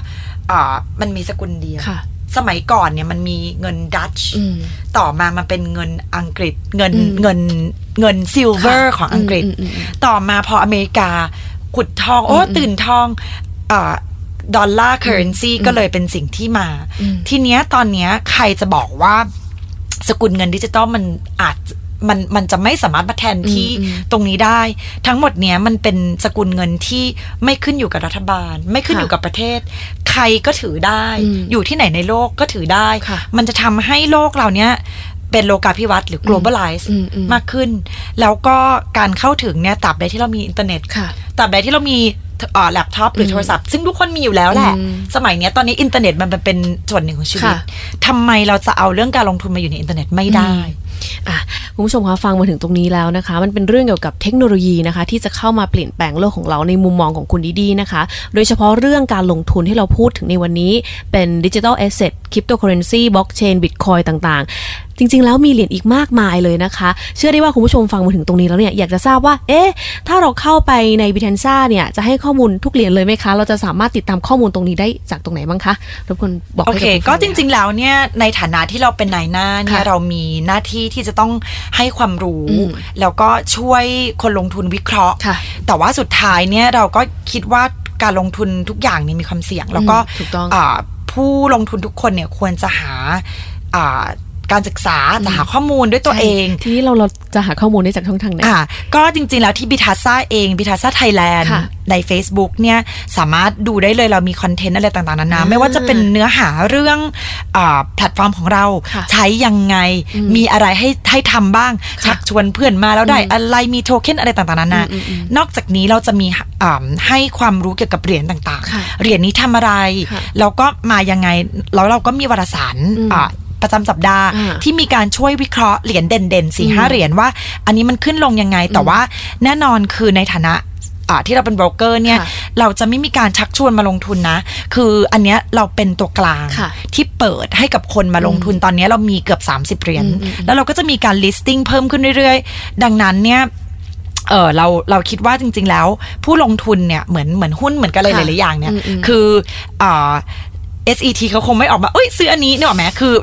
อ่ามันมีสกุลเดียว ค่ะ สมัยก่อนเนี่ยมันมีเงินดัตช์ อืม ต่อมามันเป็นเงินอังกฤษเงิน อืม เงินเงินซิลเวอร์ ค่ะ ของอังกฤษ อืมอืมอืม ต่อมาพออเมริกาขุดทองโอ้ อืมอืม ตื่นทองดอลลาร์เคอเรนซีก็เลยเป็นสิ่งที่มา อืม ทีเนี้ยตอนเนี้ยใครจะบอกว่า สกุลเงินดิจิตอลมันอาจมันมันจะไม่สามารถมาแทนที่ตรงนี้ได้ ทั้งหมดเนี้ยมันเป็นสกุลเงินที่ไม่ขึ้นอยู่กับรัฐบาล ไม่ขึ้น ค่ะ อยู่กับประเทศ ใครก็ถือได้ อืม อยู่ที่ไหนในโลกก็ถือได้ ค่ะ มันจะทำให้โลกเราเนี้ยเป็นโลกาภิวัตน์หรือ globalize อืมอืม มากขึ้น แล้วก็การเข้าถึงเนี่ยตราบใดที่เรามีอินเทอร์เน็ต ค่ะ ตราบใดที่เรามีแล็ปท็อปหรืออโทรศัพท์ ซึ่งทุกคนมีอยู่แล้วแหละ อืม สมัยเนี้ยตอนนี้อินเทอร์เน็ตมันเป็นส่วนหนึ่งของชีวิต ค่ะ ทำไมเราจะเอาเรื่องการลงทุนมาอยู่ในอินเทอร์เน็ตไม่ได้ อ่ะคุณผู้ชมคะฟังมาถึงตรงนี้แล้วนะคะ มันเป็นเรื่องเกี่ยวกับเทคโนโลยีนะคะ ที่จะเข้ามาเปลี่ยนแปลงโลกของเราในมุมมองของคุณดีๆนะคะ โดยเฉพาะเรื่องการลงทุนที่เราพูดถึงในวันนี้ เป็นดิจิทัลแอสเซทคริปโตเคอเรนซีบล็อกเชนบิตคอยต่างๆ จริงๆ แล้วมีเหรียญอีกมากมายเลยนะคะ เชื่อได้ว่าคุณผู้ชมฟังมาถึงตรงนี้แล้วเนี่ยอยากจะทราบว่า เอ๊ะ ถ้าเราเข้าไปในบิ t ทนซ่าเนี่ยจะให้ข้อมูลทุกเหรียญเลยไหมคะ เราจะสามารถติดตามข้อมูลตรงนี้ได้จากตรงไหนบ้างคะรบกวนบอก โอ ให้บ เค คุณผู้ฟั ก็ งหน่อยจริงๆ แล้วเนี่ยในฐานะที่เราเป็นนายหน้าเนี่ย ค่ะ เรามีหน้าที่ที่จะต้องให้ความรู้ อืม แล้วก็ช่วยคนลงทุนวิเคราะห์ ค่ะ แต่ว่าสุดท้ายเนี่ยเราก็คิดว่าการลงทุนทุกอย่างเนี่ยมีความเสี่ยง แล้วก็ ถูกต้อง าผู้ลงทุนทุกคนเนี่ยควรจะหาอ่าการศึกษาจะหาข้อมูลด้วยตัวเอง ทีนี้เราเราจะหาข้อมูลได้จากช่องทางไหน อ่าก็จริงๆ แล้วที่บิทาซ่าเองบิทาซ่าไทยแลนด์ ค่ะ ใน Facebook เนี่ยสามารถดูได้เลยเรามีคอนเทนต์อะไรต่างๆ นานาไม่ว่าจะเป็นเนื้อหาเรื่องอาแพลตฟอร์มของเรา ค่ะ ใช้ยังไงมีอะไรให้ให้ทำบ้าง ค่ะ ชักชวนเพื่อนมาแล้วได้อะไรมีโทเค็นอะไรต่างๆ นานานอกจากนี้เราจะมีอ่าให้ความรู้เกี่ยวกับเหรียญต่าง ค่ะ ๆ เหรียญนี้ทำอะไร ค่ะ แล้วก็มายังไงแล้วเราก็มีวารสาร อืม อ่าประจำสัปดาห์ อ่า ที่มีการช่วยวิเคราะห์เหรียญเด่นๆสี่ห้าเหรียญว่า อันนี้มันขึ้นลงยังไง แต่ว่าแน่นอนคือในฐานะอ่าที่เราเป็นโบรกเกอร์เนี่ย ค่ะ เราจะไม่มีการชักชวนมาลงทุนนะ คืออันเนี้ยเราเป็นตัวกลาง ค่ะ ที่เปิดให้กับคนมาลงทุนตอนเนี้ยเรามีเกือบ 30เหรียญแล้วเราก็จะมีการ listing เพิ่มขึ้นเรื่อยๆ ดังนั้นเนี่ยเออเราเราคิดว่าจริง ๆ แล้ว ผู้ลงทุนเนี่ยเหมือนเหมือนหุ้นเหมือนกันเลยห ค่ะ ลายๆอย่างเนี่ย อืมอืม คืออ่า SET เขาคงไม่ออกมาเอ้ยซื้ออันนี้เนี่ยหรอแม่คือ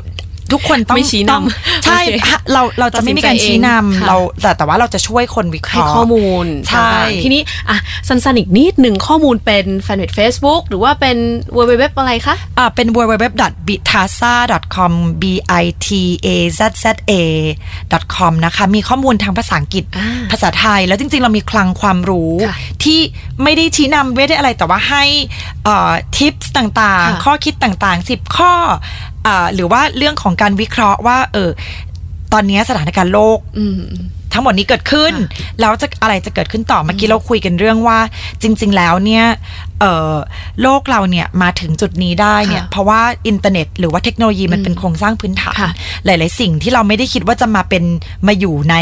ทุกคนต้อง ไม่ชี้นำ ต้องใช่ โอเค ฮะเราเราจะไม่มีการชี้นำ ค่ะ เราแต่แต่ว่าเราจะช่วยคนวิเค ให้ ราะห์ ข้อมูล ใช่ ต่างๆทีนี้อ่ะสั้นๆอีกนิดหนึ่งข้อมูลเป็นแฟนเพจ Facebook หรือว่าเป็นเว็บเว็บอะไรคะ อ่าเป็น www.bitasa.com b i t a z z a com นะคะ มีข้อมูลทางภาษาอังกฤษ อ่า ภาษาไทย แล้วจริง ๆ เรามีคลังความรู้ ค่ะ ที่ไม่ได้ชี้นำไม่ได้อะไร แต่ว่าให้ทิปส์ต่าง ค่ะ ๆ ข้อคิดต่างๆ 10 ข้ออ่าหรือว่าเรื่องของการวิเคราะห์ว่าเออตอนนี้สถานการณ์โลก ทั้งหมดนี้เกิดขึ้น แล้วจะอะไรจะเกิดขึ้นต่อเมื่อกี้เราคุยกันเรื่องว่าจริง ๆ แล้วเนี่ยเอ่อโลกเราเนี่ยมาถึงจุดนี้ได้เนี่ย ค่ะ เพราะว่าอินเทอร์เน็ต หรือว่าเทคโนโลยีมันเป็นโครงสร้างพื้นฐาน ค่ะ หลาย ๆ สิ่งที่เราไม่ได้คิดว่าจะมาเป็นมาอยู่ใน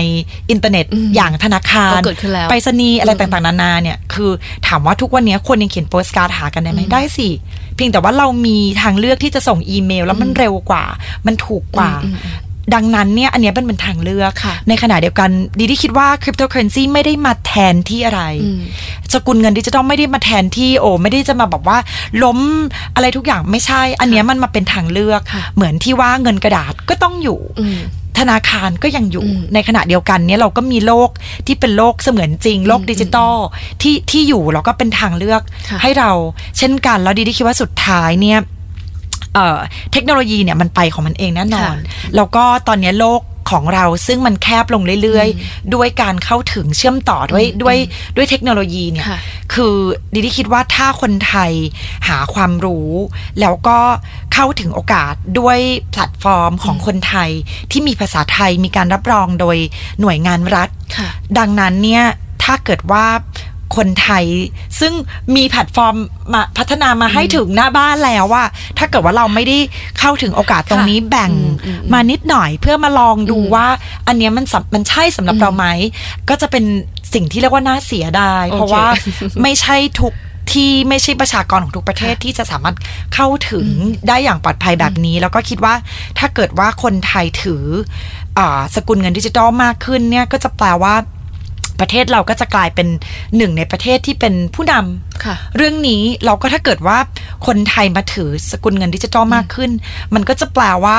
อินเทอร์เน็ต อืม อย่างธนาคาร ก็เกิดขึ้นแล้ว ไปรษณีย์อะไรต่างๆนานาเนี่ยคือถามว่าทุกวันนี้คนยังเขียนโปสการ์ดหากันได้ไหมได้สิเพียงแต่ว่าเรามีทางเลือกที่จะส่งอีเมล แล้วมันเร็วกว่า มันถูกกว่า อืม ดังนั้นเนี่ยอันเนี้ยเป็นเป็นทางเลือก ค่ะ ในขณะเดียวกันดีที่คิดว่าคริปโตเคอเรนซีไม่ได้มาแทนที่อะไร อืม สกุลเงินดิจิตอลไม่ได้มาแทนที่โอ ไม่ได้จะมาแบบว่า ล้มอะไรทุกอย่างไม่ใช่ อันเนี้ยมันมาเป็นทางเลือก ค่ะ เหมือนที่ว่าเงินกระดาษก็ต้องอยู่ อืม ธนาคารก็ยังอยู่ อืม ในขณะเดียวกันเนี่ยเราก็มีโลกที่เป็นโลกเสมือนจริง โลกดิจิตอลที่ที่อยู่แล้วก็เป็นทางเลือก ค่ะ ให้เรา เช่นกันแล้วดีที่คิดว่าสุดท้ายเนี่ย เอ่อเทคโนโลยีเนี่ยมันไปของมันเองแน่นอน ค่ะ แล้วก็ตอนเนี้ยโลกของเราซึ่งมันแคบลงเรื่อยๆ ด้วยการเข้าถึงเชื่อมต่อด้วยด้วยด้วยเทคโนโลยีเนี่ย ค่ะ คือดิดิคิดว่าถ้าคนไทยหาความรู้ แล้วก็เข้าถึงโอกาสด้วยแพลตฟอร์มของคนไทยที่มีภาษาไทยมีการรับรองโดยหน่วยงานรัฐ ค่ะ ดังนั้นเนี่ย ถ้าเกิดว่าคนไทยซึ่งมีแพลตฟอร์มมาพัฒนามาให้ถึงหน้าบ้านแล้วว่า ถ้าเกิดว่าเราไม่ได้เข้าถึงโอกาสตรงนี้แบ่งมานิดหน่อยเพื่อมาลองดูว่าอันเนี้ยมันสำมันใช่สำหรับเราไหม ก็จะเป็นสิ่งที่เรียกว่าน่าเสียดาย เพราะ โอเค ว่า ไม่ใช่ทุกที่ไม่ใช่ประชากรของทุกประเทศที่จะสามารถเข้าถึงได้อย่างปลอดภัยแบบนี้ แล้วก็คิดว่าถ้าเกิดว่าคนไทยถืออาสกุลเงินดิจิทัลมากขึ้นเนี่ยก็จะแปลว่าประเทศเราก็จะกลายเป็นหนึ่งในประเทศที่เป็นผู้นำ ค่ะ เรื่องนี้เราก็ถ้าเกิดว่าคนไทยมาถือสกุลเงินดิจิทัลมากขึ้น มันก็จะแปลว่า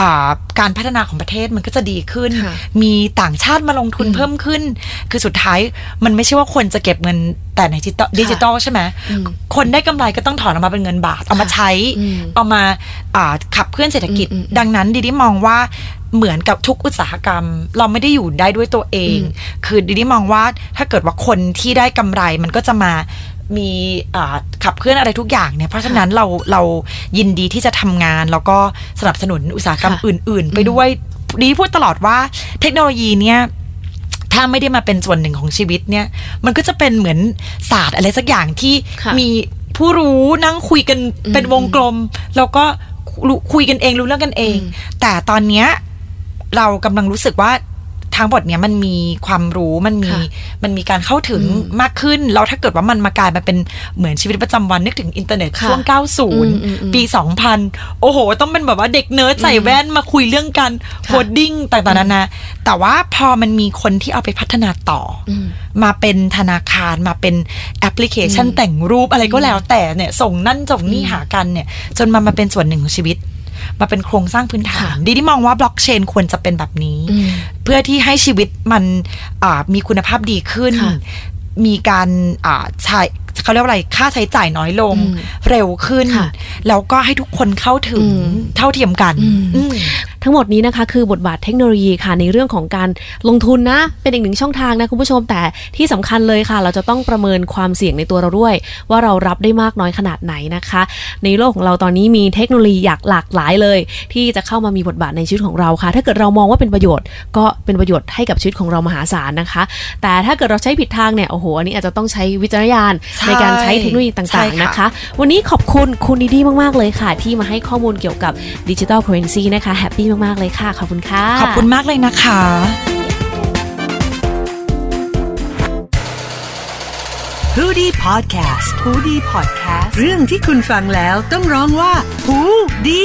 อ่าการพัฒนาของประเทศมันก็จะดีขึ้น ค่ะ มีต่างชาติมาลงทุนเพิ่มขึ้น คือสุดท้ายมันไม่ใช่ว่าคนจะเก็บเงินแต่ในดิจิตอลดิจิตอลใช่ไหมคนได้กำไรก็ต้องถอนออกมาเป็นเงินบาทเอามาใช้ อืม เอามาอ่าขับเคลื่อนเศรษฐกิจ อืมอืมอืม ดังนั้นดิดิมองว่าเหมือนกับทุกอุตสาหกรรม เราไม่ได้อยู่ได้ด้วยตัวเอง คือดิดิมองว่าถ้าเกิดว่าคนที่ได้กำไรมันก็จะมามีอ่าขับเคลื่อนอะไรทุกอย่างเนี่ยเพราะฉะนั้นเราเรายินดีที่จะทำงาน แล้วก็สนับสนุนอุตสาหกรรม ค่ะ อื่น ๆ ไปด้วยดีพูดตลอดว่าเทคโนโลยีเนี่ย ถ้าไม่ได้มาเป็นส่วนหนึ่งของชีวิตเนี่ย มันก็จะเป็นเหมือนศาสตร์อะไรสักอย่างที่ ค่ะ มีผู้รู้นั่งคุยกันเป็นวงกลม แล้วก็รู้คุยกันเองรู้เรื่องกันเอง แต่ตอนเนี้ยเรากำลังรู้สึกว่าทางบทเนี้ยมันมีความรู้มันมี ค่ะ มันมีการเข้าถึงมากขึ้น แล้วถ้าเกิดว่ามันมากลายมาเป็นเหมือนชีวิตประจำวันนึกถึงอินเทอร์เน็ต ค่ะ ช่วง มอืมอืม 90 ปี 2000 โอ้โห ต้องเป็นแบบว่าเด็กเนิร์ดใส่แว่นมาคุยเรื่องกันโคดดิ้งต่างๆนานาแต่ว่าพอมันมีคนที่เอาไปพัฒนาต่ออมาเป็นธนาคารมาเป็นแอปพลิเคชันแต่งรูปอะไรก็แล้วแต่เนี่ย ส่งนั่นส่งนี่หากันเนี่ย จนมันมาเป็นส่วนหนึ่งของชีวิต มาเป็นโครงสร้างพื้นฐาน ดีที่มองว่าบล็อกเชนควรจะเป็นแบบนี้ อืม เพื่อที่ให้ชีวิตมันอ่ามีคุณภาพดีขึ้น ค่ะ มีการอ่าใช้เขาเรียกว่าอะไรค่าใช้จ่ายน้อยลง เร็วขึ้น ค่ะ แล้วก็ให้ทุกคนเข้าถึง อืม เท่าเทียมกัน อืม อืม ทั้งหมดนี้นะคะคือบทบาทเทคโนโลยีค่ะในเรื่องของการลงทุนนะ เป็นอีกหนึ่งช่องทางนะคุณผู้ชมแต่ที่สำคัญเลยค่ะ เราจะต้องประเมินความเสี่ยงในตัวเราด้วย ว่าเรารับได้มากน้อยขนาดไหนนะคะ ในโลกของเราตอนนี้มีเทคโนโลยีอยากหลากหลายเลย ที่จะเข้ามามีบทบาทในชีวิตของเราค่ะ ถ้าเกิดเรามองว่าเป็นประโยชน์ ก็เป็นประโยชน์ให้กับชีวิตของเรามหาศาลนะคะ แต่ถ้าเกิดเราใช้ผิดทางเนี่ยโอ้โหอันนี้อาจจะต้องใช้วิจารณญาณ ใช่ ในการใช้เทคโนโลยี ใช่ ต่างๆ ค่ะ นะคะ นะคะวันนี้ขอบคุณคุณดีดีมาก ๆ เลยค่ะ ที่มาให้ข้อมูลเกี่ยวกับดิจิทัลเคอเรนซีนะคะแฮปปี้มาก ๆ เลยค่ะ ขอบคุณค่ะ ขอบคุณมากเลยนะคะ h o ดี้พอดแคสต์ฮูดี้พอดแคสต์เรื่องที่คุณฟังแล้วต้องร้องว่าฮูดี